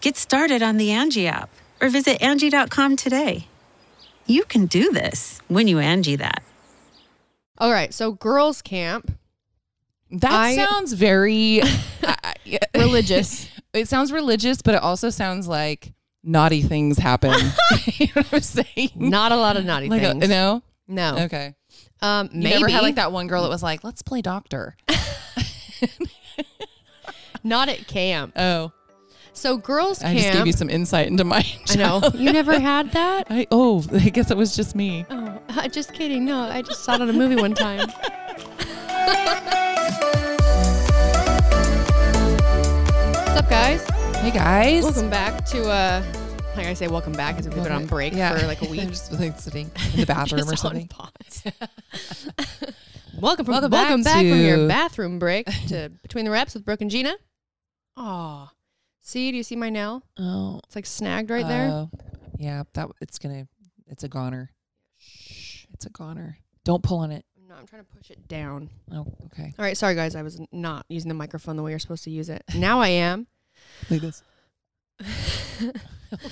Get started on the Angie app or visit Angie.com today. You can do this when you Angie that. All right, so girls' camp. That I- sounds very I- I- Religious. it sounds religious, but it also sounds like naughty things happen. you know what I'm saying? Not a lot of naughty like things. Oh. A, no. no. Okay. Um, You maybe never had like that one girl that was like, "Let's play doctor." Not at camp. Oh, So girls' I camp. just gave you some insight into my. I know childhood. you never had that. I, oh, I guess it was just me. Oh, just kidding. No, I just saw it on a movie one time. What's up, guys? Hey guys, Welcome back to uh, like I say, welcome back because we've been on break for like a week. just like sitting in the bathroom or Just on something. pause. welcome from, welcome, Welcome back back, from your to- bathroom break to Between the Wraps with Brooke and Gina. Aw. See, do you see my nail? Oh, It's like snagged right there. oh. yeah, that it's gonna. It's a goner. It's a goner. Don't pull on it. No, I'm trying to push it down. Oh, okay. All right, sorry guys, I was not using the microphone the way you're supposed to use it. Now I am. Like this.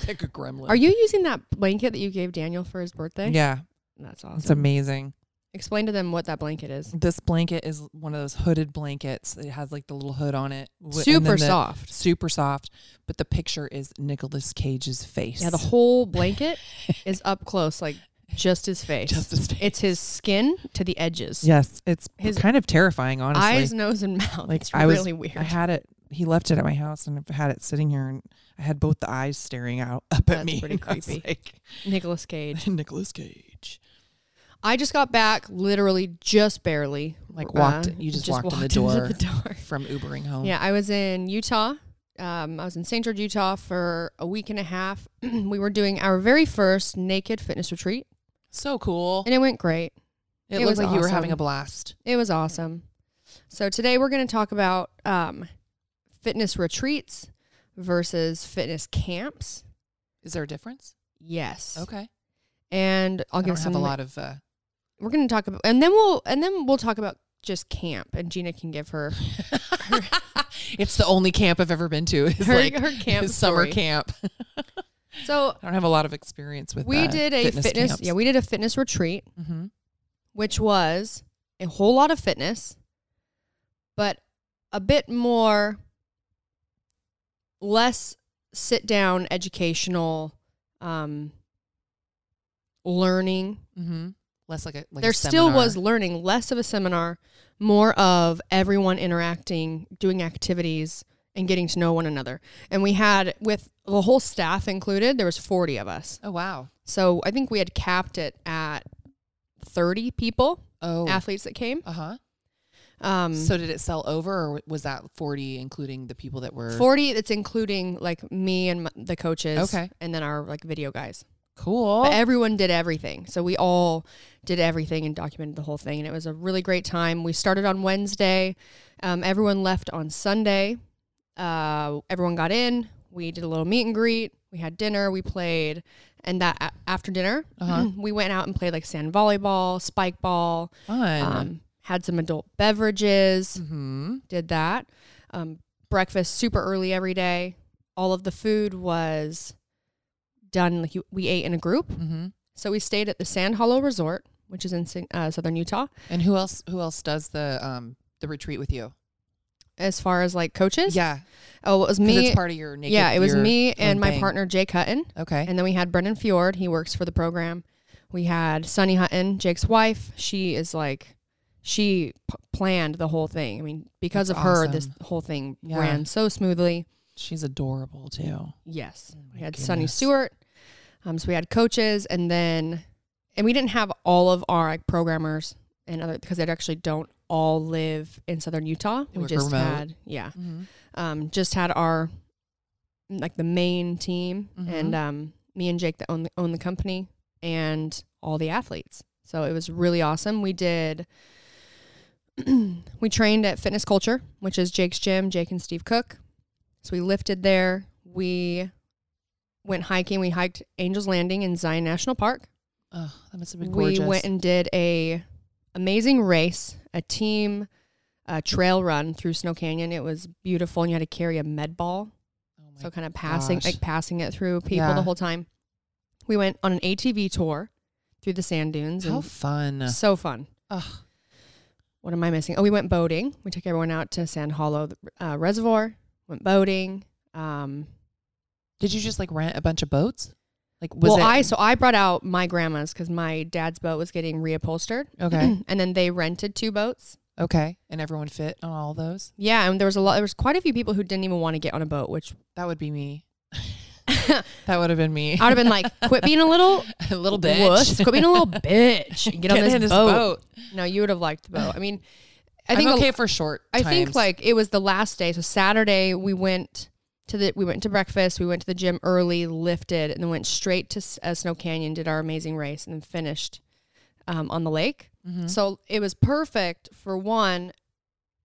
like a gremlin. Are you using that blanket that you gave Daniel for his birthday? Yeah, That's it's awesome. amazing. Explain to them what that blanket is. This blanket is one of those hooded blankets. It has like the little hood on it. Wh- and then Super the- soft. Super soft. But the picture is Nicolas Cage's face. Yeah, the whole blanket is up close, like just his face. Just his face. It's his skin to the edges. Yes, it's His kind of terrifying, honestly. Eyes, nose, and mouth. like it's I was, really weird. I had it. He left it at my house, and I had it sitting here, and I had both the eyes staring out up That's at me. pretty and I was creepy. like, Nicholas Cage. Nicolas Cage. I just got back, literally just barely. Uh, Like walked. you just, walked, in the door Oh. into the door. from Ubering home. Yeah, I was in Utah. Um, I was in St. George, Utah for a week and a half. we were doing our very first naked fitness retreat, so cool. and it went great. It, It looked was like you were having a awesome. blast. It was awesome. So today we're going to talk about um, fitness retreats versus fitness camps. Is there a difference? Yes. Okay. And I'll I'll give give some have a lot of. Uh, we're gonna talk about and then we'll and then we'll talk about just camp and Gina can give her it's the only camp I've ever been to. Is her, like her camp is summer story. camp. I So don't have a lot of experience with. we uh, did a fitness, camps. yeah, we did a fitness retreat, Mhm. which was a whole lot of fitness, but a bit more less sit down educational um learning. Mhm. Less like a. Like a there still was seminar. learning, less of a seminar, more of everyone interacting, doing activities, and getting to know one another. And we had with the whole staff included, there was 40 of us. Oh wow. So I think we had capped it at 30 people, Oh. athletes that came. uh huh. Um, So did it sell over, or was that forty including the people that were? 40, it's including like me and m the coaches. Okay. And then our like video guys. Cool. But everyone did everything. So we all did everything and documented the whole thing. And it was a really great time. We started on Wednesday. Um, everyone left on Sunday. Uh, everyone got in. We did a little meet and greet. We had dinner. We played. And that a- after dinner, we went out and played like sand volleyball, spike ball, Fun. um, had some adult beverages, hmm did that. Um, breakfast super early every day. All of the food was done. Like you, we ate in a group. hmm So we stayed at the Sand Hollow Resort, which is in Sin- uh, southern Utah. And who else? Who else does the um the retreat with you? As far as like coaches, Yeah, Oh, it was 'cause me. it's part of your naked. yeah, it was your me and own my thing. partner Jay Hutton, Okay. and then we had Brendan Fjord. He works for the program. We had Sunny Hutton, Jake's wife. She is like, she p- planned the whole thing. I mean, because That's of her, this whole thing Yeah. ran so smoothly. She's adorable too. Yes. we Oh my had Sunny goodness. Stewart. Um, so we had coaches and then, and we didn't have all of our like programmers and other, because they actually don't all live in Southern Utah. They We work just remote. had, yeah, Mm-hmm. um, just had our, like the main team Mhm. and um, me and Jake that own the, own the company and all the athletes. So it was really awesome. We did, we trained at Fitness Culture, which is Jake's gym, Jake and Steve Cook. So we lifted there. We went hiking. We hiked Angel's Landing in Zion National Park. Oh, that must have been We gorgeous. went and did a amazing race, a team uh, trail run through Snow Canyon. It was beautiful, and you had to carry a med ball, oh my so kind of passing gosh. like passing it through people Yeah. the whole time. We went on an ATV tour through the sand dunes. How and fun. so fun. Ugh. What am I missing? Oh, we went boating. We took everyone out to Sand Hollow uh, Reservoir. Went boating. Um, Did you just like rent a bunch of boats? Like was well, it I so I brought out my grandma's because my dad's boat was getting reupholstered, okay? and then they rented two boats. okay, and everyone fit on all those. Yeah, and there was a lot. There was quite a few people who didn't even want to get on a boat, which That would be me. that would have been me. I would have been like, "Quit being a little a little wuss. bitch. Quit being a little bitch. And get, on this, in boat. No, you would have liked the boat. I mean, I think I'm a- okay for short. I think times. like it was the last day. So Saturday we went to the we went to breakfast. We went to the gym early, lifted, and then went straight to S- uh, Snow Canyon. Did our amazing race and then finished um, on the lake. Mm-hmm. So it was perfect for one.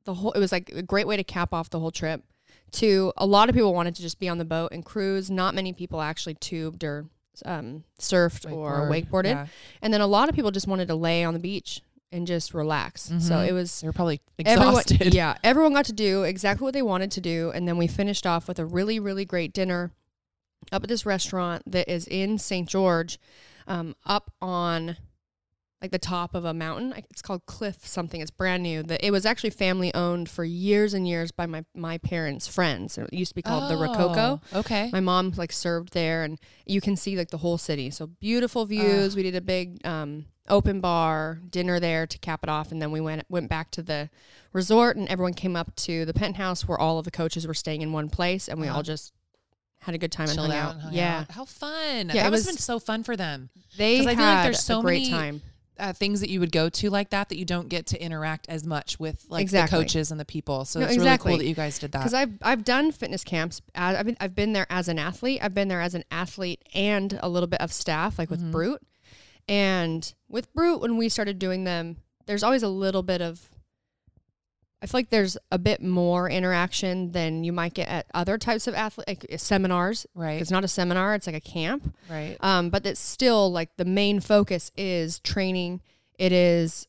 The whole it was like a great way to cap off the whole trip. Two, a lot of people wanted to just be on the boat and cruise. Not many people actually tubed or um, surfed or Wakeboard, wakeboarded. yeah. And then a lot of people just wanted to lay on the beach and just relax. So Mhm. it was They're probably Everyone- exhausted. yeah, everyone got to do exactly what they wanted to do, and then we finished off with a really, really great dinner up at this restaurant that is in St. George, um, up on like the top of a mountain. I- It's called Cliff something. It's brand new. The, it was actually family owned for years and years by my my parents' friends. It used to be called the Rococo. Oh, Okay. My mom like served there, and you can see like the whole city. So beautiful views. we did a big um, open bar dinner there to cap it off, and then we went went back to the resort, and everyone came up to the penthouse where all of the coaches were staying in one place, and we all just had a good time Uh-huh. Chilled and hung out out. and hung yeah, out. How fun. it that must was- have been so fun for them. they 'Cause had I feel like there's so a great many- time. uh, things that you would go to like that that you don't get to interact as much with like Exactly. the coaches and the people. So No, it's exactly. really cool that you guys did that. Because I've I've done fitness camps. I- I've been, I've been there as an athlete. I've been there as an athlete and a little bit of staff, like with Mm-hmm. Brute. And with Brute, when we started doing them, there's always a little bit of. I feel like there's a bit more interaction than you might get at other types of athlete like uh, seminars. Right. It's not a seminar; it's like a camp. right. Um, but it's still like the main focus is training. It is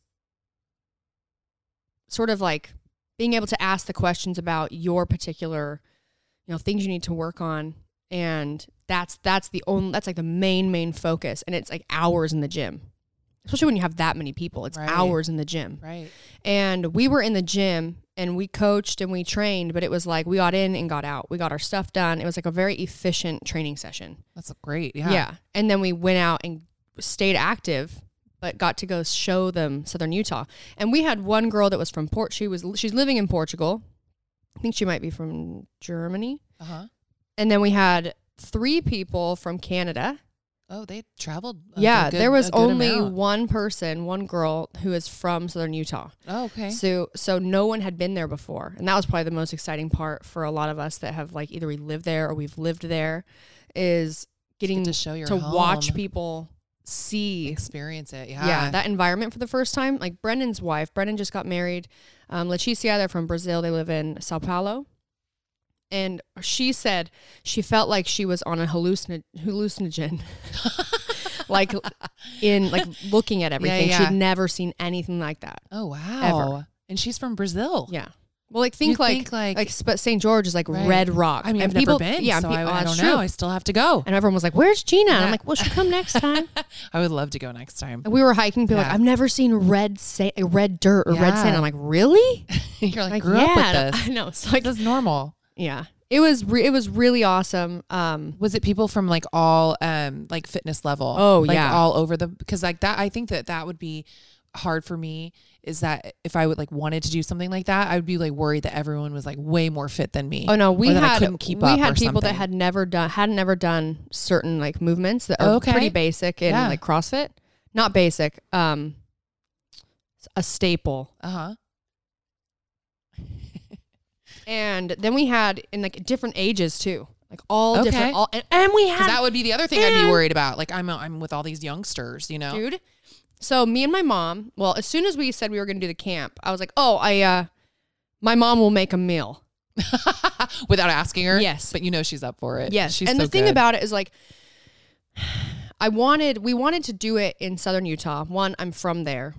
sort of like being able to ask the questions about your particular, you know, things you need to work on, and that's that's the only that's like the main main focus, and it's like hours in the gym, especially when you have that many people. It's Right. hours in the gym, Right. and we were in the gym and we coached and we trained, but it was like we got in and got out. We got our stuff done. It was like a very efficient training session. That's great. Yeah. Yeah. And then we went out and stayed active, but got to go show them Southern Utah. And we had one girl that was from Port. She was she's living in Portugal. I think she might be from Germany. Uh huh. And then we had three people from Canada, Oh, they traveled. a yeah, good- there was a good only amount. one person, one girl who is from Southern Utah. Oh, okay. So so no one had been there before. And that was probably the most exciting part for a lot of us that have like either we live there or we've lived there is getting to to, show your watch home, people see experience it. Yeah, yeah. that environment for the first time. Like Brennan's wife, Brennan just got married. Um, Leticia, they're from Brazil. They live in Sao Paulo. And she said she felt like she was on a hallucin- hallucinogen, like in like looking at everything. yeah. She'd never seen anything like that. oh wow. And she's from Brazil. Yeah. Well, like think You'd like think, like- like, sp- St. George is like Right. Red Rock. I mean, and I've people, never been. Yeah, Yeah, and so people, I, oh, I that's don't true. know. I still have to go. And everyone was like, "Where's Gina?" And Yeah. I'm like, "Well, she'll come next time." I would love to go next time. And we were hiking. People were Yeah. like, I've never seen red sa- uh, red dirt or red Yeah. sand. I'm like, really? You're like, Like, grew yeah, up I with know- this. I know. So like, This is normal. yeah, it was re- it was really awesome. Um, Was it people from like all um like fitness level? Oh, like, yeah. all over the because like that. I think that that would be hard for me. Is that if I would like wanted to do something like that, I would be like worried that everyone was like way more fit than me. oh no, we or that I had couldn't keep we up had or people that something. had never done hadn't ever done certain like movements that are Okay. pretty basic in Yeah. like CrossFit. Not basic. Um, a staple Uh huh. And then we had in like different ages too, like all Okay. different. All, and, and we Because had that would be the other thing I'd be And- worried about. Like I'm I'm with all these youngsters, you know. dude. So me and my mom. Well, as soon as we said we were gonna do the camp, I was like, oh, I, uh, my mom will make a meal. Without asking her. Yes. But you know she's up for it. Yes. She's and so the thing good. about it is like, I wanted we wanted to do it in Southern Utah. One, I'm from there.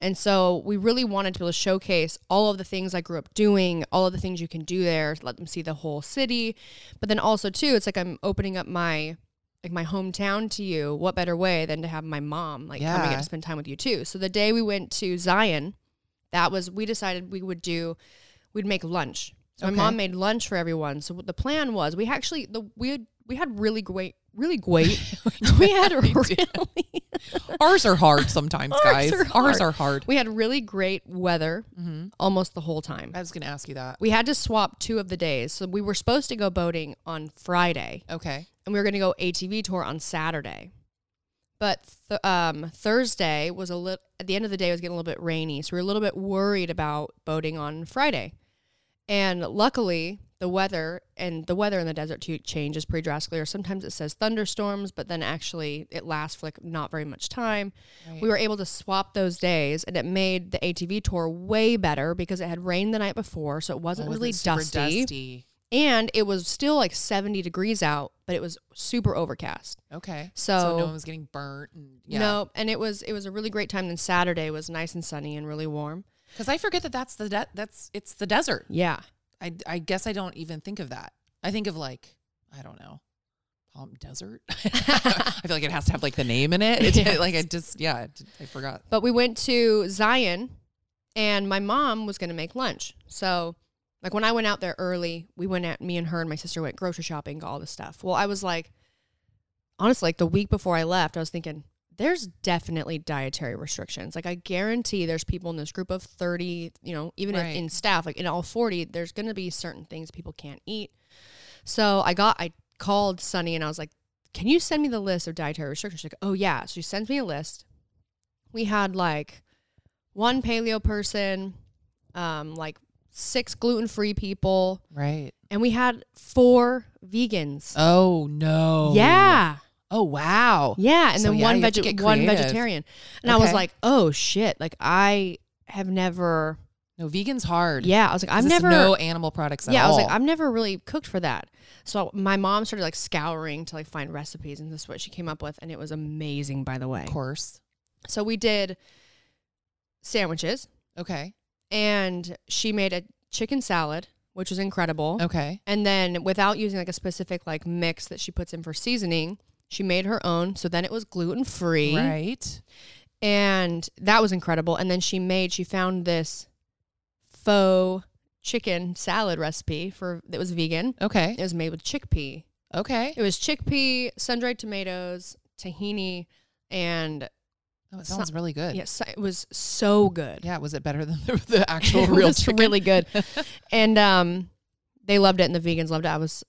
And so we really wanted to be able to showcase all of the things I grew up doing, all of the things you can do there, let them see the whole city. But then also too, it's like I'm opening up my like my hometown to you. What better way than to have my mom like come and Yeah. get to spend time with you too? So the day we went to Zion, that was we decided we would do we'd make lunch. So Okay. my mom made lunch for everyone. So what the plan was we actually the we had we had really great really great we had really ours are hard sometimes, Ours guys. are Ours hard. are hard. we had really great weather almost the whole time. I was gonna ask you that. We had to swap two of the days. So we were supposed to go boating on Friday Okay. and we were going to go ATV tour on Saturday. But th- um, Thursday was a little, at the end of the day, it was getting a little bit rainy. So we were a little bit worried about boating on Friday. And luckily, the weather and the weather in the desert too changes pretty drastically, or sometimes it says thunderstorms, but then actually it lasts for like not very much time. We were able to swap those days, and it made the ATV tour way better because it had rained the night before, so it wasn't Was really it super dusty and it was still like 70 degrees out but it was super overcast Okay. So- no one was getting burnt. And, yeah. no and it was it was a really great time then saturday was nice and sunny and really warm Because I forget that that's the de- that's it's the desert. yeah I I guess I don't even think of that. I think of like I don't know. Palm Desert. I feel like it has to have like the name in it. It's Yes. like I just yeah, I d- I forgot. but we went to zion and my mom was going to make lunch so like when i went out there early we went at me and her and my sister went grocery shopping got all this stuff well i was like honestly like the week before i left i was thinking there's definitely dietary restrictions like i guarantee there's people in this group of 30 you know even in- Right. in staff like in all 40 there's going to be certain things people can't eat so i got i called sunny and i was like can you send me the list of dietary restrictions she's like oh yeah so she sends me a list we had like one paleo person um like six gluten-free people Right. and we had four vegans Oh no. yeah Oh wow. yeah, and So, then yeah, one you have to veg- get one creative. vegetarian. And I was Okay. like, "Oh shit, like I have never No, vegan's hard. Yeah, I was like, 'Cause I've it's never no animal products at Yeah, I was all. like, I've never really cooked for that. So my mom started like scouring to like find recipes and this is what she came up with and it was amazing by the way. of course. So we did sandwiches Okay. and she made a chicken salad, which was incredible. Okay. And then without using like a specific like mix that she puts in for seasoning, she made her own. So then it was gluten free. Right. and that was incredible. And then she made she found this faux chicken salad recipe for that was vegan. Okay. It was made with chickpea. Okay. It was chickpea, sun-dried tomatoes, tahini, and Oh, it sounds really good. yes, it was so good. Yeah. Was it better than the, the actual It real was chicken? really good. and um, they loved it, and the vegans loved it. I was,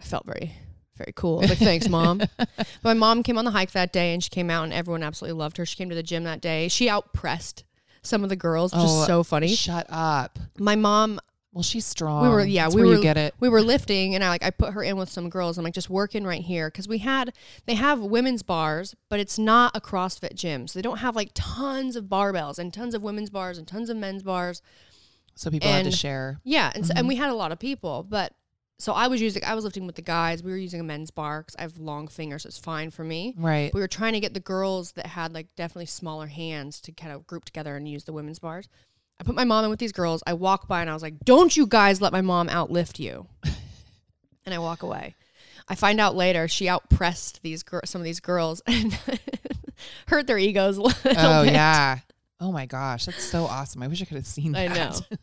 I felt very, Very cool. I was like, thanks, mom. but my mom came on the hike that day and she came out and everyone absolutely loved her. She came to the gym that day. She outpressed some of the girls, which Oh, is so funny. Shut up. my mom Well, she's strong. we were yeah Oh, That's we where were you get it. we were lifting and i like i put her in with some girls i'm like just working right here because we had they have women's bars but it's not a crossfit gym so they don't have like tons of barbells and tons of women's bars and tons of men's bars So people had to and- share. yeah and, so, Mm-hmm. and we had a lot of people but so i was using i was lifting with the guys we were using a men's bar because i have long fingers so it's fine for me Right. we were trying to get the girls that had like definitely smaller hands to kind of group together and use the women's bars. I put my mom in with these girls. I walk by and I was like, "Don't you guys let my mom outlift you." and I walk away. I find out later she outpressed these gir- some of these girls and hurt their egos a little Oh bit. yeah. Oh my gosh, that's so awesome. I wish I could have seen I that.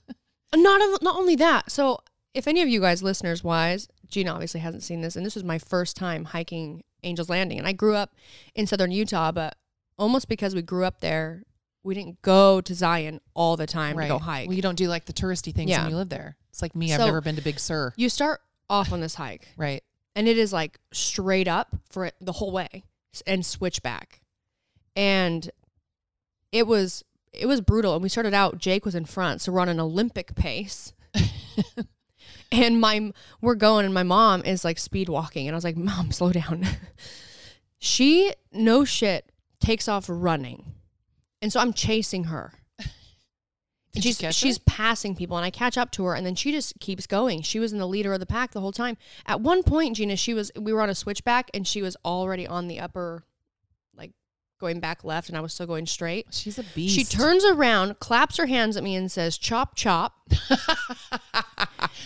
know. Not of- not only that. So if any of you guys listeners wise, Gina obviously hasn't seen this, and this was my first time hiking Angel's Landing, and I grew up in southern Utah, but almost because we grew up there, we didn't go to Zion all the time to go hike. Well, you don't do like the touristy things Yeah. when you live there. It's like me. I've So- never been to Big Sur. you start off on this hike, Right. and it is like straight up for it- the whole way s- and switch back and it was it was brutal and we started out jake was in front so we're on an olympic pace and my m- we're going and my mom is like speed walking and i was like mom slow down she no shit takes off running and so i'm chasing her Did you she's catch she's her? passing people and I catch up to her and then she just keeps going. She was in the leader of the pack the whole time. At one point, Gina, she was we were on a switchback and she was already on the upper like going back left and I was still going straight. She's a beast. She turns around, claps her hands at me and says, "Chop chop."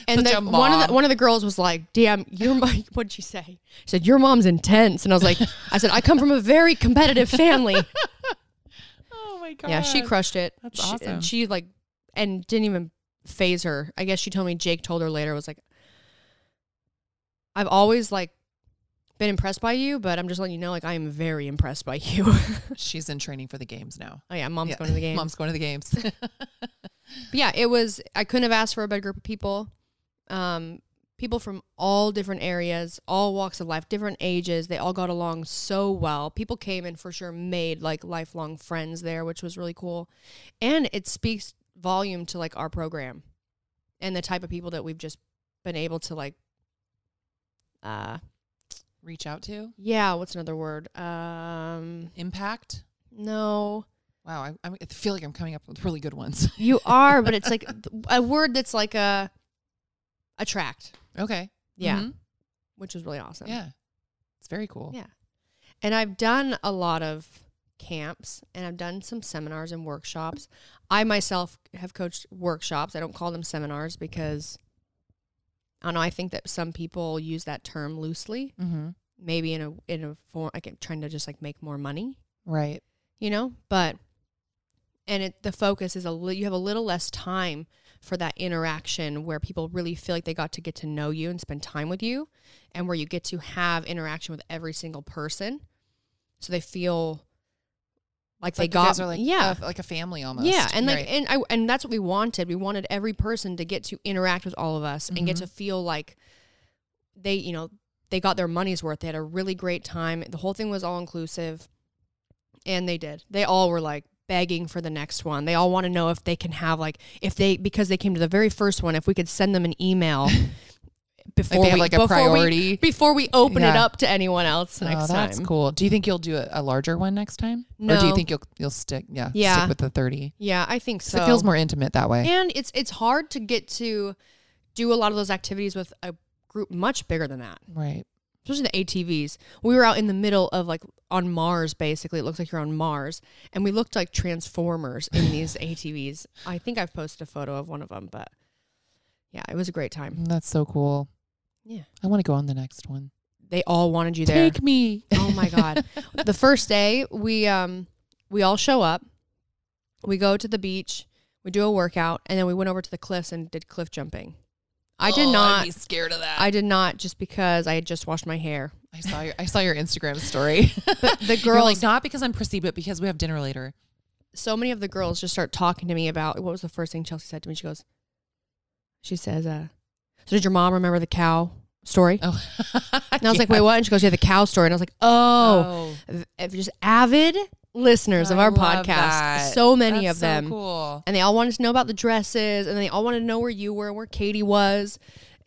and Such then a one of mom. the one of the girls was like, "Damn, your mom, what'd she say?" She said, "Your mom's intense." And I was like, I said, "I come from a very competitive family." Oh my god. Yeah, she crushed it. That's she, awesome. And she like, and didn't even phase her. I guess she told me Jake told her later was like, I've always like been impressed by you, but I'm just letting you know like I am very impressed by you. oh She's in training for the games now. yeah, mom's Yeah. going to the game. Mom's going to the games. But yeah, it was. I couldn't have asked for a better group of people. Um, people from all different areas, all walks of life, different ages. They all got along so well. People came and for sure made like lifelong friends there, which was really cool. And it speaks volume to like our program and the type of people that we've just been able to like. Uh, Reach out to yeah. What's another word? Um, impact. no. Wow, I, I'm- I feel like I'm coming up with really good ones. You are, but it's like th- a word that's like a attract. okay. Yeah. Mhm. which was really awesome. Yeah. It's very cool. Yeah. And I've done a lot of camps and I've done some seminars and workshops. I myself have coached workshops. I don't call them seminars because I don't know, I think that some people use that term loosely, Mm-hmm. maybe in a in a form like trying to just like make more money, Right. you know? But and it the focus is a li- you have a little less time for that interaction where people really feel like they got to get to know you and spend time with you and where you get to have interaction with every single person so they feel like It's they like you got guys are like yeah a- like a family almost. yeah and like Right. and I and that's what we wanted we wanted every person to get to interact with all of us and get Mhm. to feel like they you know they got their money's worth they had a really great time the whole thing was all inclusive and they did they all were like begging for the next one they all want to know if they can have like if they because they came to the very first one if we could send them an email before like they have we like a before we- priority. before we open it Yeah. up to anyone else next oh, that's time. cool. Do you think you'll do a, a larger one next time? Or do you No. think you'll you'll stick yeah, Yeah. stick with the 30? Yeah, I think 'Cause so. It feels more intimate that way. and it's it's hard to get to do a lot of those activities with a group much bigger than that, right. especially the ATVs. We were out in the middle of like on Mars, basically. It looks like you're on Mars, and we looked like transformers in these ATVs. I think I've posted a photo of one of them, but yeah, it was a great time. Mm, That's so cool. Yeah, I want to go on the next one. they all wanted you there. Take me. Oh my god. the first day we um we all show up. We go to the beach, we do a workout, and then we went over to the cliffs and did cliff jumping. I did Oh, I'd not be scared of that. I did not just because I had just washed my hair. I saw your I saw your Instagram story. But The You're like girls not because I'm prissy, but because we have dinner later. so many of the girls just start talking to me about what was the first thing Chelsea said to me. She goes, she says, uh, "So did your mom remember the cow story. Oh, and I was like, wait, what? And she goes, yeah, the cow story. And I was like, oh, v- just avid listeners of I our podcast. love that. So many of That's so them. Cool. and they all wanted to know about the dresses and they all wanted to know where you were and where katie was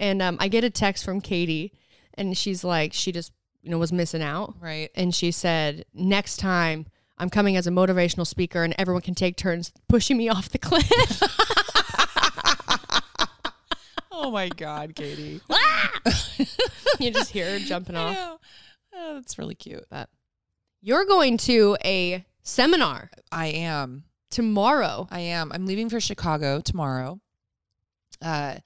and um, i get a text from katie and she's like she just you know was missing out Right. and she said next time i'm coming as a motivational speaker and everyone can take turns pushing me off the cliff Oh my God, Katie. you just hear her jumping Ah! I off know. Oh, that's really cute. but you're going to a seminar I am. tomorrow I am. I'm leaving for Chicago tomorrow. Uh,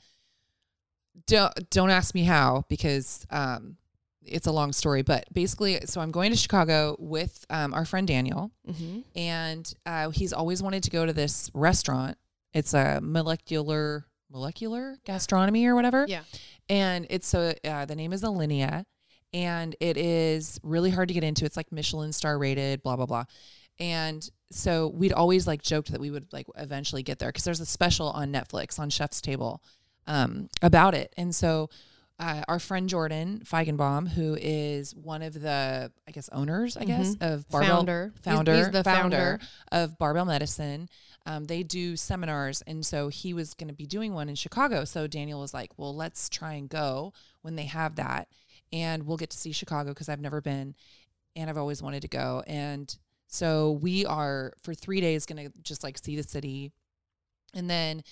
don't don't ask me how because um, it's a long story. But basically, so I'm going to Chicago with um, our friend Daniel, mm-hmm. and uh, he's always wanted to go to this restaurant. It's a molecular molecular gastronomy or whatever. yeah and it's so uh, the name is Alinea, and it is really hard to get into. It's like Michelin star rated, blah blah blah. And so we'd always like joked that we would like eventually get there because there's a special on Netflix on Chef's Table um, about it. And so uh, our friend Jordan Feigenbaum, who is one of the I guess owners, I guess of Barbell Mm-hmm. Founder. He's- founder, he's the founder. of Barbell Medicine. Um, they do seminars, and so he was going to be doing one in Chicago. So Daniel was like, "Well, let's try and go when they have that, and we'll get to see Chicago because I've never been, and I've always wanted to go." And so we are for three days going to just like see the city, and then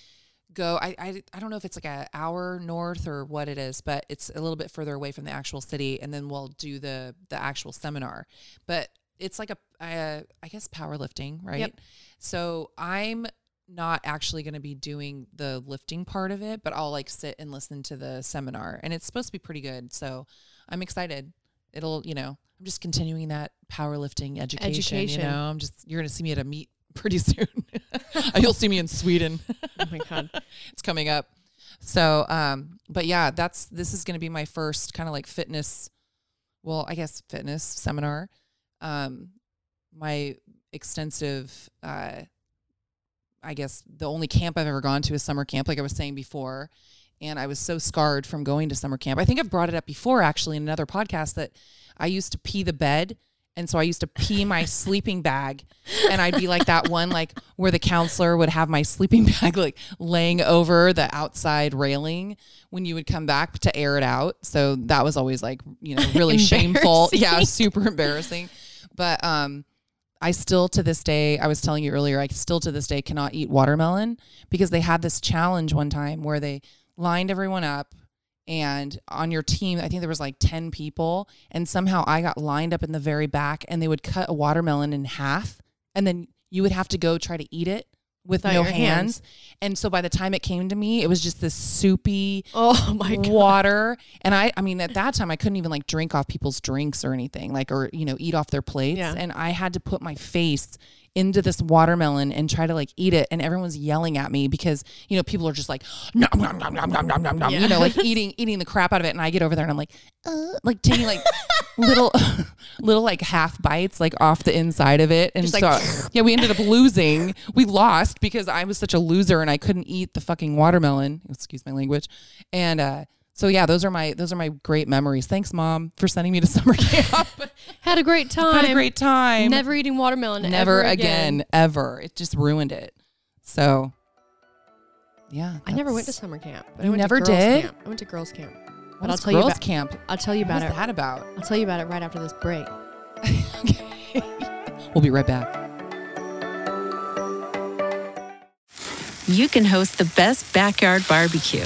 go I, I i don't know if it's like an hour north or what it is but it's a little bit further away from the actual city and then we'll do the the actual seminar but it's like a uh, i guess powerlifting right Yep. so i'm not actually going to be doing the lifting part of it but i'll like sit and listen to the seminar and it's supposed to be pretty good so i'm excited it'll you know i'm just continuing that powerlifting education, Education. you know i'm just you're going to see me at a meet pretty soon you'll see me in sweden oh my god it's coming up. So, um, but yeah, that's this is going to be my first kind of like fitness, well, I guess fitness seminar. Um, my extensive, uh, I guess the only camp I've ever gone to is summer camp, like I was saying before. And I was so scarred from going to summer camp. I think I've brought it up before actually in another podcast that I used to pee the bed. And so I used to pee my sleeping bag. And I'd be like that one, like where the counselor would have my sleeping bag like laying over the outside railing when you would come back to air it out. So that was always like, you know, really shameful. Yeah, it was super embarrassing. But um I still to this day, I was telling you earlier, I still to this day cannot eat watermelon because they had this challenge one time where they lined everyone up and on your team, I think there was like 10 people and somehow I got lined up in the very back and they would cut a watermelon in half and then you would have to go try to eat it with Without no your hands. hands. And so by the time it came to me, it was just this soupy oh my god water. And I, I mean, at that time, I couldn't even like drink off people's drinks or anything, like, or, you know, eat off their plates. Yeah. And I had to put my face into this watermelon and try to like eat it. And everyone's yelling at me because, you know, people are just like, nom, nom, nom, nom, nom, nom, nom, nom, you know, like eating, eating the crap out of it. And I get over there and I'm like, uh, like taking like little, little like half bites, like off the inside of it. And Just so, like- yeah, we ended up losing. We lost because I was such a loser and I couldn't eat the fucking watermelon. Excuse my language. And uh, so yeah, those are my those are my great memories. Thanks, mom, for sending me to summer camp. had a great time Had a great time. never eating watermelon Never ever again, ever. It just ruined it. So yeah, I never went to that's- summer camp. But You I went never to girls did? Camp. I went to girls camp. what But I'll is tell you girls about. camp. I'll tell you about What's it. that about? I'll tell you about it right after this break. We'll be right back. you can host the best backyard barbecue.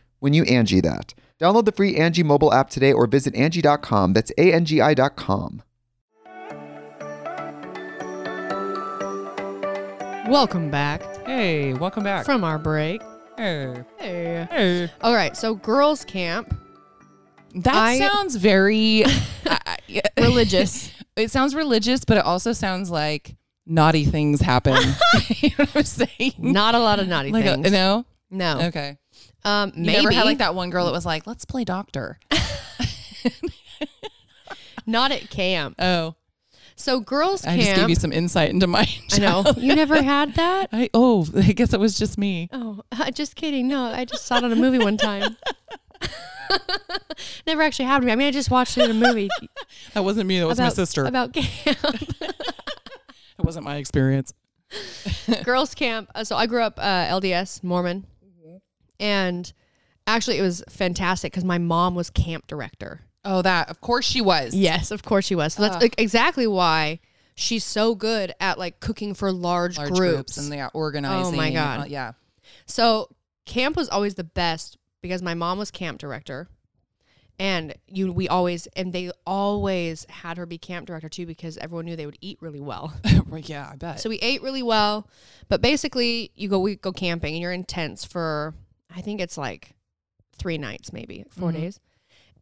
when you Angie that. Download the free Angie mobile app today or visit Angie.com. That's A-N-G-I dot com. Welcome back Hey, welcome back. from our break. Hey. Hey. Hey. All right, so girls' camp, That I- sounds very I- I- religious. It sounds religious, but it also sounds like naughty things happen. you know what I'm saying? Not a lot of naughty like things. A, no. no. Okay. Um, You maybe never had like that one girl that was like, "Let's play doctor." Not at camp. Oh, So girls' I camp. just gave you some insight into my. I know childhood. you never had that. I oh, I guess it was just me. Oh, just kidding. No, I just saw it on a movie one time. Never actually happened to me. I mean, I just watched it in a movie. That wasn't me. That was about, my sister. About camp. it wasn't my experience. girls' camp. Uh, so I grew up uh, LDS, Mormon. Mm-hmm. And actually, it was fantastic because my mom was camp director. Oh, that of course Uh. she was. Yes, of course she was. So that's like, exactly why she's so good at like cooking for large, large groups. groups, and they are organizing. and God. all- yeah. So camp was always the best because my mom was camp director. And you, we always, and they always had her be camp director too because everyone knew they would eat really well. Right, yeah, I bet. So we ate really well, but basically you go we go camping and you're in tents for I think it's like three nights maybe 4 days,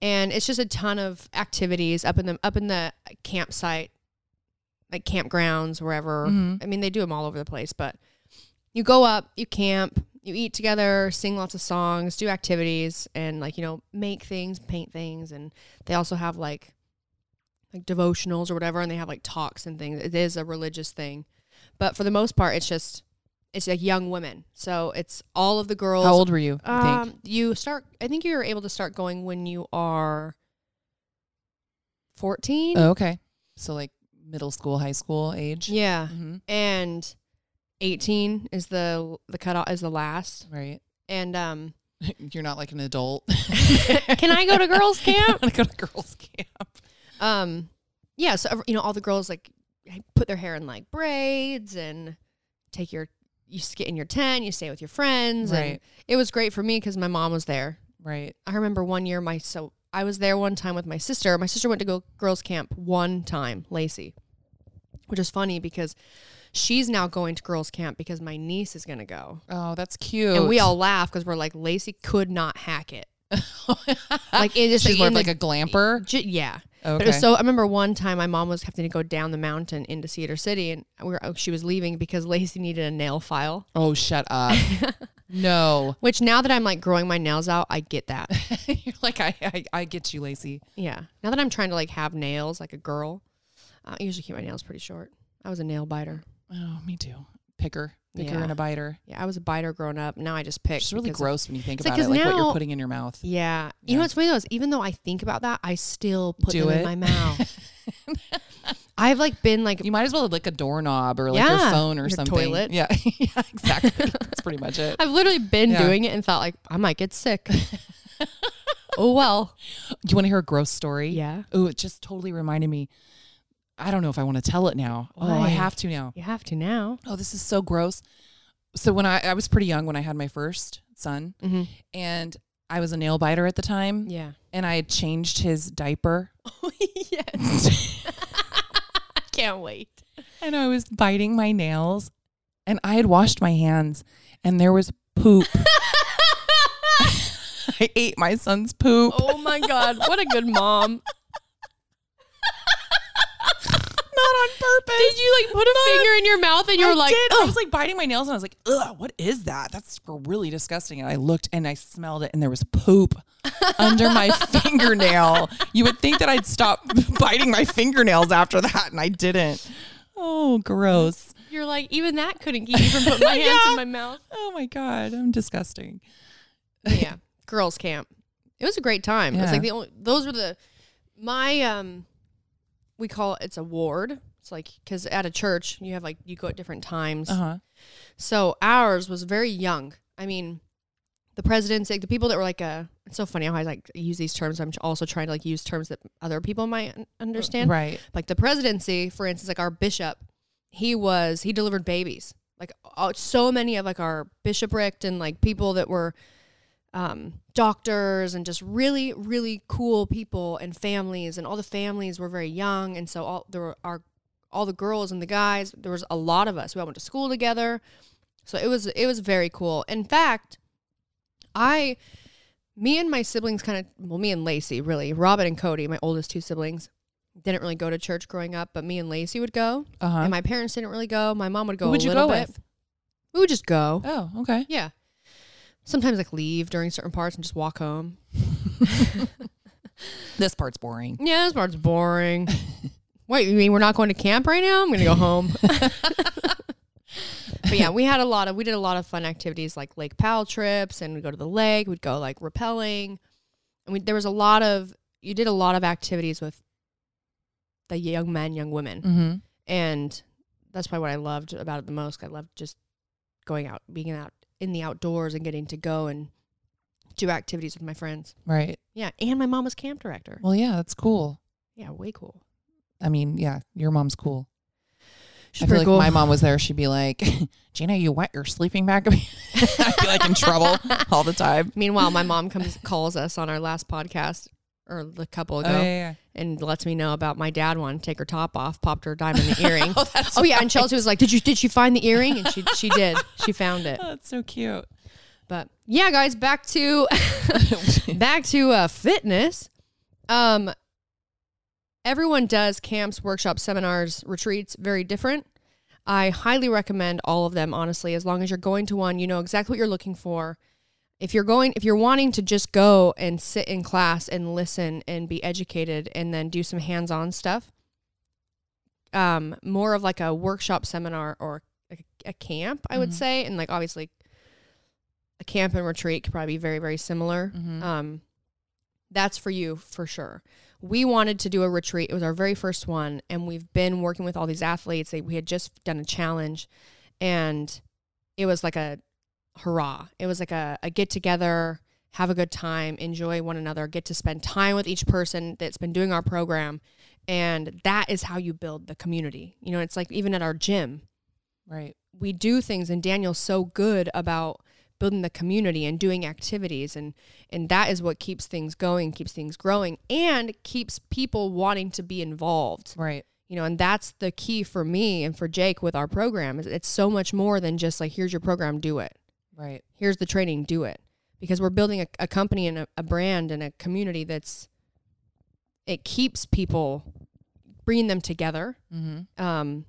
and it's just a ton of activities up in the up in the campsite, like campgrounds wherever. I mean they do them all over the place, but you go up, you camp, you eat together, sing lots of songs, do activities, and like you know make things, paint things, and they also have like like devotionals or whatever, and they have like talks and things. It is a religious thing, but for the most part, it's just it's like young women. So it's all of the girls. How old were you? you think? Um, you start. I think you're able to start going when you are fourteen. Oh, okay. So like middle school, high school age. Yeah, hmm and eighteen is the the cutoff is the last. Right. And um, You're not like an adult. Can I go to girls' camp? I go to girls camp. um, yeah. So ev- you know, all the girls like put their hair in like braids and take your you s- get in your tent, you stay with your friends, and Right. it was great for me because my mom was there. Right. I remember one year my so I was there one time with my sister. My sister went to go girls' camp one time, Lacey, which is funny because she's now going to girls' camp because my niece is gonna go. Oh, that's cute. And we all laugh because we're like, Lacey could not hack it. Like it just She's more in of like the- a glamper. J- yeah. But it Oh, Okay. was so I remember one time my mom was having to go down the mountain into Cedar City and we were, she was leaving because Lacey needed a nail file. Oh, shut up. No. Which now that I'm like growing my nails out, I get that. You're like, I, I, I get you, Lacey. Yeah. Now that I'm trying to like have nails like a girl, uh, I usually keep my nails pretty short. I was a nail biter. Oh, me too. Picker. Picker Yeah. and a biter. Yeah, I was a biter growing up. Now I just pick. It's really because of- gross when you think It's like, about 'cause it, like what now- you're putting in your mouth. yeah. You know what's funny though is even though I think about that, I still put Do them in it. my mouth. I've like been like You might as well lick a doorknob or like Yeah. your phone or Your something. toilet. Yeah. yeah, exactly. That's pretty much it. I've literally been Yeah. doing it and thought like I might get sick. oh well. You want to hear a gross story? Yeah. Oh, it just totally reminded me. I don't know if I want to tell it now. Oh, Why? I have to now. You have to now. Oh, this is so gross. So when I, I was pretty young when I had my first son, Mhm. and I was a nail biter at the time. Yeah. And I had changed his diaper. yes. I can't wait. and I was biting my nails and I had washed my hands and there was poop. I ate my son's poop. Oh my god, what a good mom. Not on purpose. Did you like put a finger in your mouth and you were I like, did. I "Ugh." was like biting my nails and I was like, ugh, what is that? That's really disgusting. And I looked and I smelled it and there was poop under my fingernail. You would think that I'd stop biting my fingernails after that and I didn't. Oh, gross. you're like, even that couldn't keep me from putting my hands Yeah. in my mouth. Oh my God. I'm disgusting. Yeah. Girls camp. It was a great time. It was Yeah. like the only those were the my um we call it, it's a ward. It's like cuz at a church you have like you go at different times. Uh huh. So ours was very young. I mean, the presidents, like the people that were like, uh, it's so funny how I like use these terms. I'm also trying to like use terms that other people might un- understand. Right. Like the presidency, for instance, like our bishop, he was, he delivered babies. Like all, so many of like our bishopric and like people that were um, doctors and just really, really cool people and families. And all the families were very young. And so all there were our, all the girls and the guys, there was a lot of us. We all went to school together. So it was it was very cool. In fact, I me and my siblings kind of well, me and Lacey really, Robin and Cody, my oldest two siblings, didn't really go to church growing up, but me and Lacey would go. Uh huh. And my parents didn't really go. My mom would go Who would a you little go bit. with? We would just go. Oh, okay. Yeah. Sometimes like leave during certain parts and just walk home. This part's boring. Yeah, this part's boring. Wait, you mean we're not going to camp right now? I'm gonna go home. but yeah, we had a lot of we did a lot of fun activities like Lake Powell trips, and we'd go to the lake. We'd go like rappelling, and we, there was a lot of you did a lot of activities with the young men, young women, Mm-hmm. and that's probably what I loved about it the most. I loved just going out, being out in the outdoors, and getting to go and do activities with my friends. Right. Yeah, and my mom was camp director. Well, yeah, that's cool. Yeah, way cool. I mean, yeah, your mom's cool. She's I feel pretty like cool. if my mom was there, she'd be like, Gina, you wet your sleeping bag? I'd be like in trouble all the time. Meanwhile, my mom comes calls us on our last podcast or the couple Oh, ago and lets me know about my dad wanted to take her top off, popped her diamond earring. oh, yeah, and Chelsea was like, "Did you did she find the earring?" And she she did. She found it. Oh, that's so cute. But yeah, guys, back to back to uh, fitness. Um, everyone does camps, workshops, seminars, retreats, very different. I highly recommend all of them, honestly. As long as you're going to one, you know exactly what you're looking for. If you're going, if you're wanting to just go and sit in class and listen and be educated and then do some hands-on stuff, um, more of like a workshop, seminar, or a, a camp, I would say, and like obviously a camp and retreat could probably be very very similar um that's for you for sure we wanted to do a retreat it was our very first one and we've been working with all these athletes they, we had just done a challenge and it was like a hurrah it was like a, a get together have a good time enjoy one another get to spend time with each person that's been doing our program and that is how you build the community you know it's like even at our gym Right. we do things and Daniel's so good about building the community and doing activities and and that is what keeps things going, keeps things growing and keeps people wanting to be involved. Right. You know, and that's the key for me and for Jake with our program is it's so much more than just like here's your program, do it. Right. Here's the training, do it. Because we're building a, a company and a, a brand and a community that's it keeps people bringing them together Mm-hmm. um,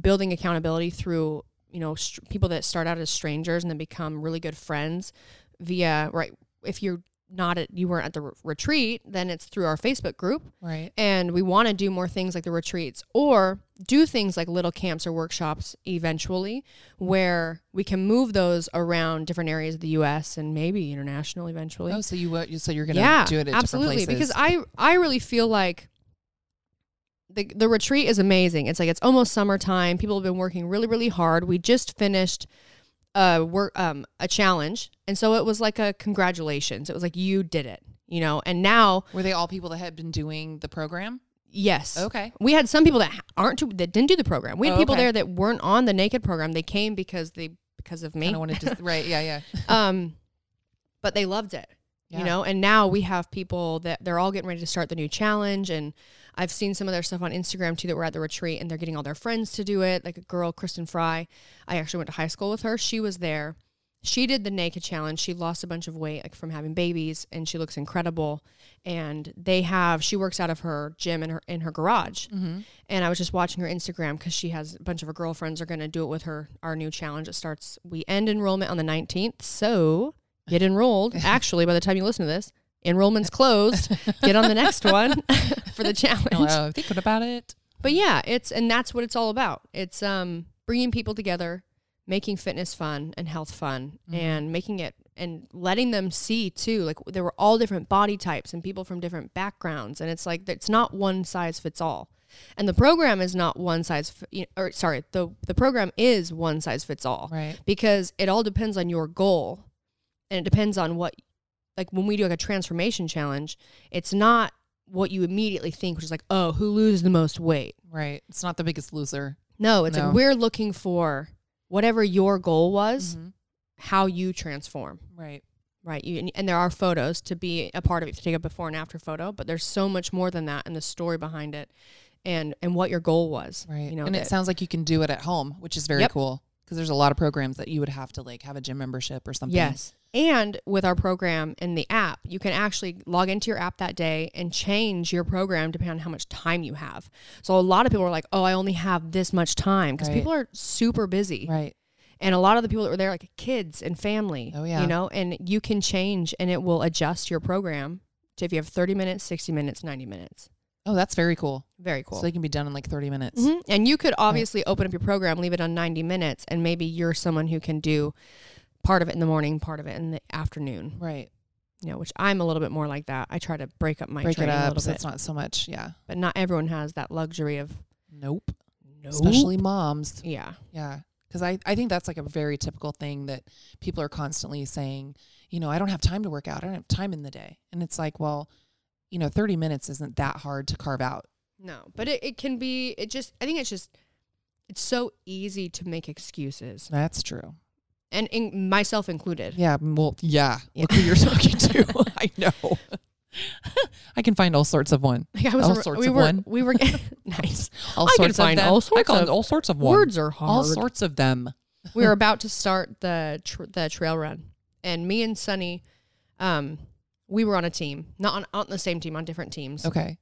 building accountability through you know str- people that start out as strangers and then become really good friends via right if you're not at you weren't at the re- retreat then it's through our facebook group Right. and we want to do more things like the retreats or do things like little camps or workshops eventually where we can move those around different areas of the US and maybe international eventually Oh, so you uh, you- so you're gonna do it at absolutely different places. because I I really feel like the the retreat is amazing. It's like it's almost summertime. People have been working really really hard. We just finished a work um a challenge, and so it was like a congratulations. It was like you did it, you know. And now were they all people that had been doing the program? yes, Okay. we had some people that ha- aren't too, that didn't do the program. We had Oh, people okay. there that weren't on the naked program. They came because they because of me. I wanted to. right. Yeah. Yeah. um, but they loved it, Yeah. you know. And now we have people that they're all getting ready to start the new challenge, and I've seen some of their stuff on Instagram too that were at the retreat, and they're getting all their friends to do it. Like a girl, Kristen Fry, I actually went to high school with her. She was there. She did the naked challenge. She lost a bunch of weight like from having babies, and she looks incredible. And they have she works out of her gym in her in her garage. And I was just watching her Instagram because she has a bunch of her girlfriends are going to do it with her. Our new challenge it starts. We end enrollment on the nineteenth, so get enrolled. Actually, by the time you listen to this, enrollment's closed. get on the next one for the challenge. Hello. I'm thinking about it. But yeah, it's and that's what it's all about. It's um bringing people together, making fitness fun and health fun and making it and letting them see too like there were all different body types and people from different backgrounds and it's like it's not one size fits all. And the program is not one size fi- you- or sorry, the the program is one size fits all Right. because it all depends on your goal and it depends on what like when we do like a transformation challenge, it's not what you immediately think, which is like, oh, who loses the most weight? Right. It's not the biggest loser. No, it's No. like we're looking for whatever your goal was, Mm-hmm. how you transform, Right. right? You, and, and there are photos to be a part of it, to take a before and after photo, but there's so much more than that and the story behind it and and what your goal was. Right. You know, and it that- sounds like you can do it at home, which is very Yep. cool because there's a lot of programs that you would have to like have a gym membership or something. Yes. And with our program and the app, you can actually log into your app that day and change your program depending on how much time you have. So a lot of people are like, "Oh, I only have this much time" because Right. people are super busy. Right. And a lot of the people that were there, like kids and family, Oh, yeah. you know, and you can change and it will adjust your program to if you have 30 minutes, 60 minutes, 90 minutes. Oh, that's very cool. Mm-hmm. Very cool. So they can be done in like 30 minutes. Mhm. And you could obviously open up your program, leave it on 90 minutes, and maybe you're someone who can do part of it in the morning, part of it in the afternoon, Right. you know, which I'm a little bit more like that. I try to break up my Break it training a up little so bit, it's not so much. Yeah. but not everyone has that luxury of, Nope. Especially moms. yeah, Yeah. Because I, I think that's like a very typical thing that people are constantly saying, you know, I don't have time to work out. I don't have time in the day. And it's like, well, you know, 30 minutes isn't that hard to carve out. no, but it, it can be, it just, I think it's just, it's so easy to make excuses That's true. and in, myself included. Yeah. m- Well, yeah. Yeah. Look who you're talking to. I know. I can find all sorts of one. Like I was all re- sorts we of were, one. We were nice. All I can sorts of find them. all I sorts call of- all sorts of one. Words are hard. All sorts of them. we were about to start the tr- the trail run, and me and Sunny, um, we were on a team, not on, on the same team, on different teams. Okay.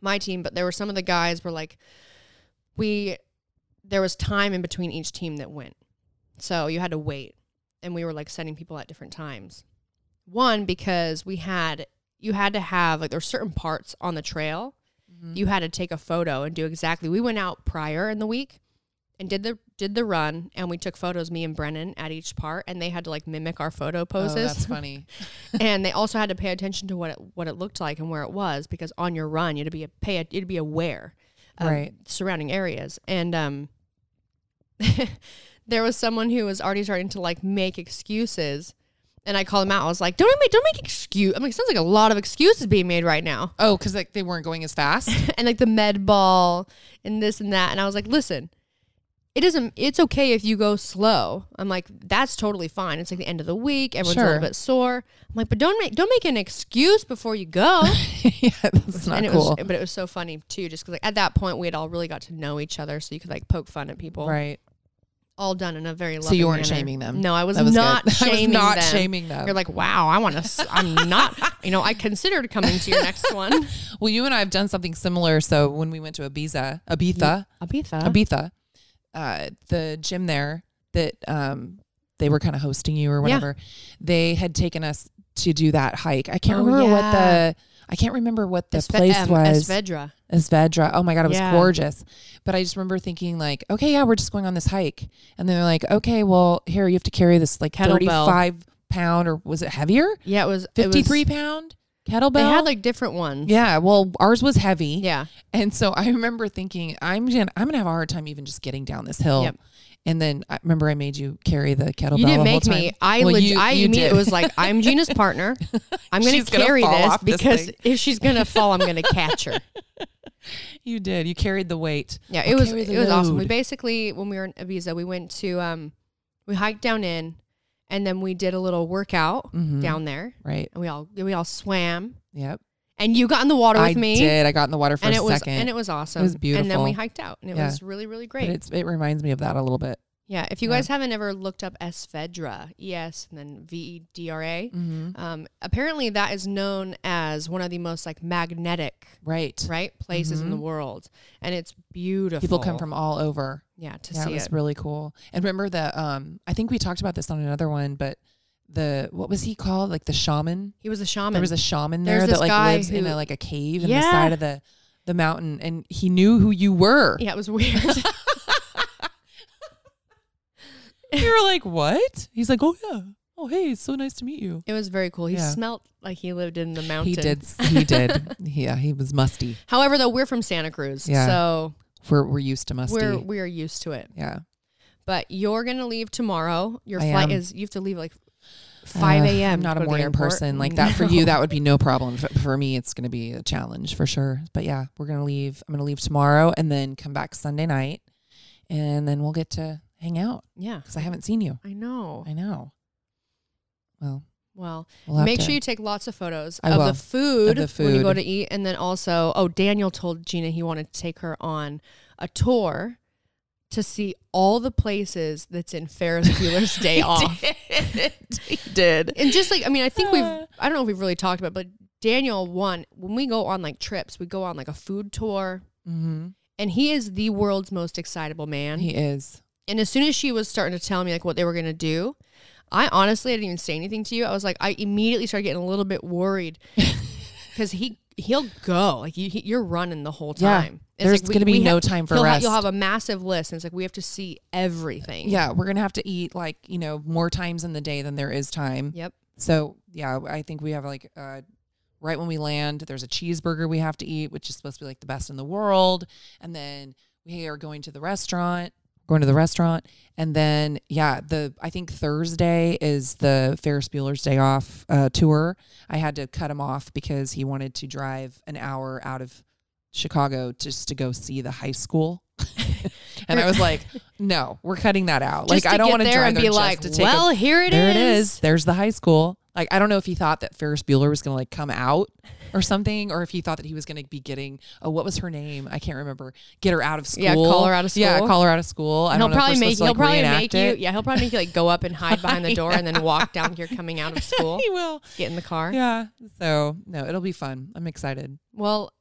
My team, but there were some of the guys were like, we there was time in between each team that went, so you had to wait, and we were like sending people at different times. One because we had you had to have like there were certain parts on the trail Mm-hmm. you had to take a photo and do exactly. We went out prior in the week and did the did the run and we took photos me and Brennan at each part and they had to like mimic our photo Oh, poses that's funny. and they also had to pay attention to what it, what it looked like and where it was because on your run you'd be a pay you'd be aware of Right. surrounding areas and um there was someone who was already starting to like make excuses and I called him out I was like don't make don't make excuse I mean it sounds like a lot of excuses being made right now Oh, because like they weren't going as fast. and like the med ball and this and that. And I was like, listen, it isn't, it's okay if you go slow. I'm like, that's totally fine. It's like the end of the week. Everyone's a Sure. little bit sore. I'm like, but don't make, don't make an excuse before you go. yeah, that's not and it cool. was, but it was so funny too, just cause like at that point we had all really got to know each other. So you could like poke fun at people. right. All done in a very loving So you weren't manner. shaming them. No, I was, That was not good. I was shaming not them. shaming them. You're like, wow, I want to, I'm not, you know, I considered coming to your next one. Well, you and I have done something similar. So when we went to Ibiza, Ibiza, Abitha. Ibiza, uh, the gym there that um, they were kind of hosting you or whatever, they had taken us to do that hike. I can't Oh, remember what yeah. the I can't remember what the Esve- place um, was. Esvedra. Esvedra. Oh my god, it was Yeah. gorgeous. But I just remember thinking like, okay, yeah, we're just going on this hike, and then they're like, okay, well, here you have to carry this like Kettlebell. thirty-five pound or was it heavier? Yeah, it was it was- Fifty-three pound kettlebell. They had like different ones. yeah. Well, ours was heavy. Yeah. And so I remember thinking, I'm gonna, I'm gonna have a hard time even just getting down this hill. Yep. And then I remember I made you carry the kettlebell. You the whole didn't make me. time. I Well, leg- you- I you immediately did. was like, I'm Gina's partner. I'm gonna She's gonna carry fall this off this because thing. if she's gonna fall, I'm gonna catch her. you did. You carried the weight. Yeah, I'll it was carry it the was awesome. We load. basically when we were in Ibiza, we went to um we hiked down in and then we did a little workout Mhm. down there Right. and we all we all swam Yep. and you got in the water with I me did. I got in the water for and a it was second. and it was awesome. And then beautiful. we hiked out and it Yeah. was really really But great. It's, it reminds me of that a little bit. yeah, if you yeah. guys haven't ever looked up Esvedra, E S and then V E D R A, Mm-hmm. um, apparently that is known as one of the most like magnetic Right. right places in the Mhm. world, and it's beautiful. People come from all over. yeah to Yeah, it see was it. really cool. And remember the um, I think we talked about this on another one, but the what was he called? Like the shaman. He was a shaman. There was a shaman There's there this that like guy lives in who- a, like a cave in Yeah. the side of the the mountain, and he knew who you were. Yeah, it was weird. You were like, "What?" He's like, "Oh yeah, oh hey, it's so nice to meet you." it was very cool. He Yeah. smelt like he lived in the mountain. He did. He did. yeah, he was musty. However, though, we're from Santa Cruz, Yeah. so We're we're used to musty. we're we're used to it. yeah, But you're gonna leave tomorrow. Your I flight am. is. You have to leave like five Uh, a.m. I'm to go not a to the morning airport. person like that. For you, No. that would be no problem. F- For me, it's going to be a challenge for sure. But yeah, we're going to leave. I'm going to leave tomorrow and then come back Sunday night, and then we'll get to hang out yeah, because I haven't seen you. I know. I know. Well, Well, we'll have make to- sure you take lots of photos I of will. the Of food the when you go food. to eat, and then also, oh, Daniel told Gina he wanted to take her on a tour to see all the places that's in Ferris Bueller's Day Off. he did. and just like I mean, I think we've Uh. I don't know if we've really talked about, it, but Daniel one when we go on like trips, we go on like a food tour, Mm-hmm. and he is the world's most excitable man. He is. and as soon as she was starting to tell me like what they were gonna do, I honestly I didn't even say anything to you. I was like I immediately started getting a little bit worried because he he'll go like you he, you're running the whole Yeah. time. There's gonna be no have- time for he'll ha- rest. you'll have a massive list, and it's like we have to see everything. Yeah, we're gonna have to eat like you know more times in the day than there is time. Yep. So yeah, I think we have like uh, right when we land, there's a cheeseburger we have to eat, which is supposed to be like the best in the world, and then we are going to the restaurant, going to the restaurant, and then yeah, the I think Thursday is the Ferris Bueller's Day Off uh, tour. I had to cut him off because he wanted to drive an hour out of Chicago just to go see the high school. and I was like, no, we're cutting that out. Just like to I don't get want to there drive and there be just like, to take a- well, here it there it is. is. There's the high school. Like I don't know if he thought that Ferris Bueller was going to like come out or something, or if he thought that he was going to be getting oh, what was her name? I can't remember. Get her out of school. Yeah, call her out of Yeah, school. call her out of school. I he'll don't know if probably we're make supposed to, like, he'll probably make reenact it. you yeah he'll probably make you like go up and hide behind the door and then walk down here coming out of school will. get in the car Yeah. So no, it'll be fun. I'm excited. well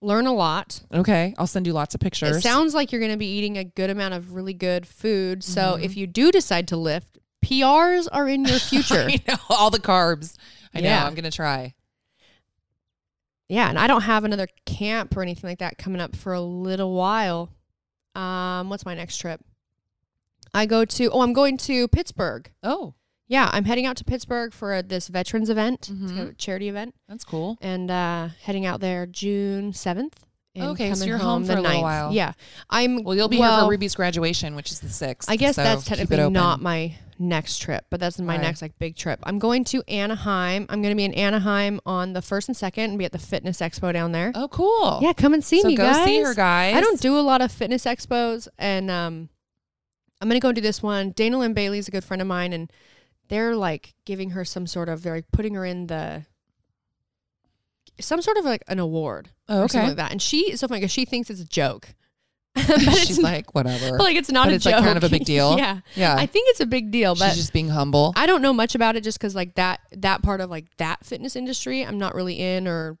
learn a lot Okay, I'll send you lots of pictures. it sounds like you're going to be eating a good amount of really good food so Mm-hmm. if you do decide to lift PRs are in your future I know, all the carbs. I Yeah. know. I'm gonna try. yeah and I don't have another camp or anything like that coming up for a little while um what's my next trip I go to oh I'm going to Pittsburgh Oh, yeah I'm heading out to Pittsburgh for a, this veterans event it's Mhm. a charity event that's cool. and uh, heading out there June seventh. Okay, so you're home for a little while. Yeah, I'm. Well, you'll be here for Ruby's graduation, which is the sixth. I guess so that's keep it technically open. not my next trip, but that's my Why? next like big trip. I'm going to Anaheim. I'm going to be in Anaheim on the first and second, and be at the Fitness Expo down there. Oh, cool. Yeah, come and see So me, go guys. see her, guys. I don't do a lot of fitness expos, and um, I'm gonna go do this one. Dana Lynn Bailey's a good friend of mine, and they're like giving her some sort of they're like putting her in the some sort of like an award Oh, or something okay. like that. And she it's so funny because she thinks it's a joke, but it's She's not- like, whatever. but like it's not but a it's, joke. like, kind of a big deal. yeah, Yeah. I think it's a big deal, but She's just being humble. I don't know much about it just because like that that part of like that fitness industry I'm not really in or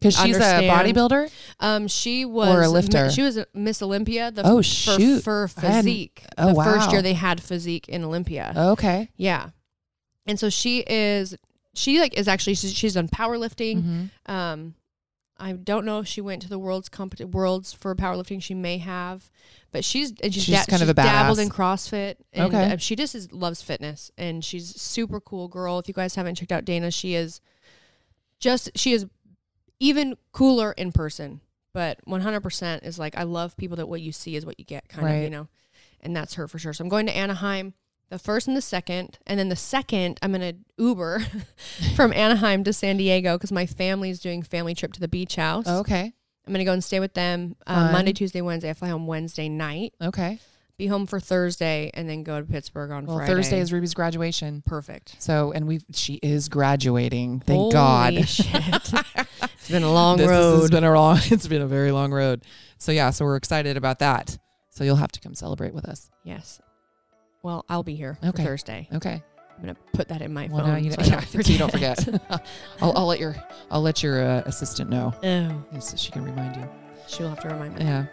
Because she's a understand. bodybuilder. Um, she was a lifter. mi- she was a Miss Olympia. The Oh, f- shoot. For, I for hadn't- physique, oh, the first wow. year they had physique in Olympia. Okay. Yeah, and so she is. She like is actually she's, she's done powerlifting. Mm-hmm. Um, I don't know if she went to the world's compet worlds for powerlifting. She may have, but she's and she's, She's da- kind of she's a dabbled badass. in CrossFit. And, Okay. uh, she just is, loves fitness, and she's a super cool girl. If you guys haven't checked out Dana, she is just she is even cooler in person. But 100% is like I love people that what you see is what you get, kind of you Right. know, and that's her for sure. So I'm going to Anaheim the first and the second, and then the second, I'm gonna Uber from Anaheim to San Diego because my family's doing family trip to the beach house. Okay. I'm gonna go and stay with them uh, Fun. Monday, Tuesday, Wednesday. I fly home Wednesday night, Okay. be home for Thursday, and then go to Pittsburgh on Well, Friday. Thursday is Ruby's graduation. perfect. So, and we she is graduating. Thank Holy God. shit. it's been a long this road. has been a long. It's been a very long road. So yeah. So we're excited about that. So you'll have to come celebrate with us. yes. Well, I'll be here Okay. for Thursday. Okay. I'm gonna put that in my Well, phone. now you, so know, I yeah, so you don't forget. I'll, I'll let your I'll let your uh, assistant know oh, so she can remind you. she'll have to remind me. Yeah.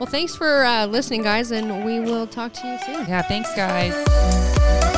Well, thanks for uh, listening, guys, and we will talk to you soon. Yeah. Thanks, guys.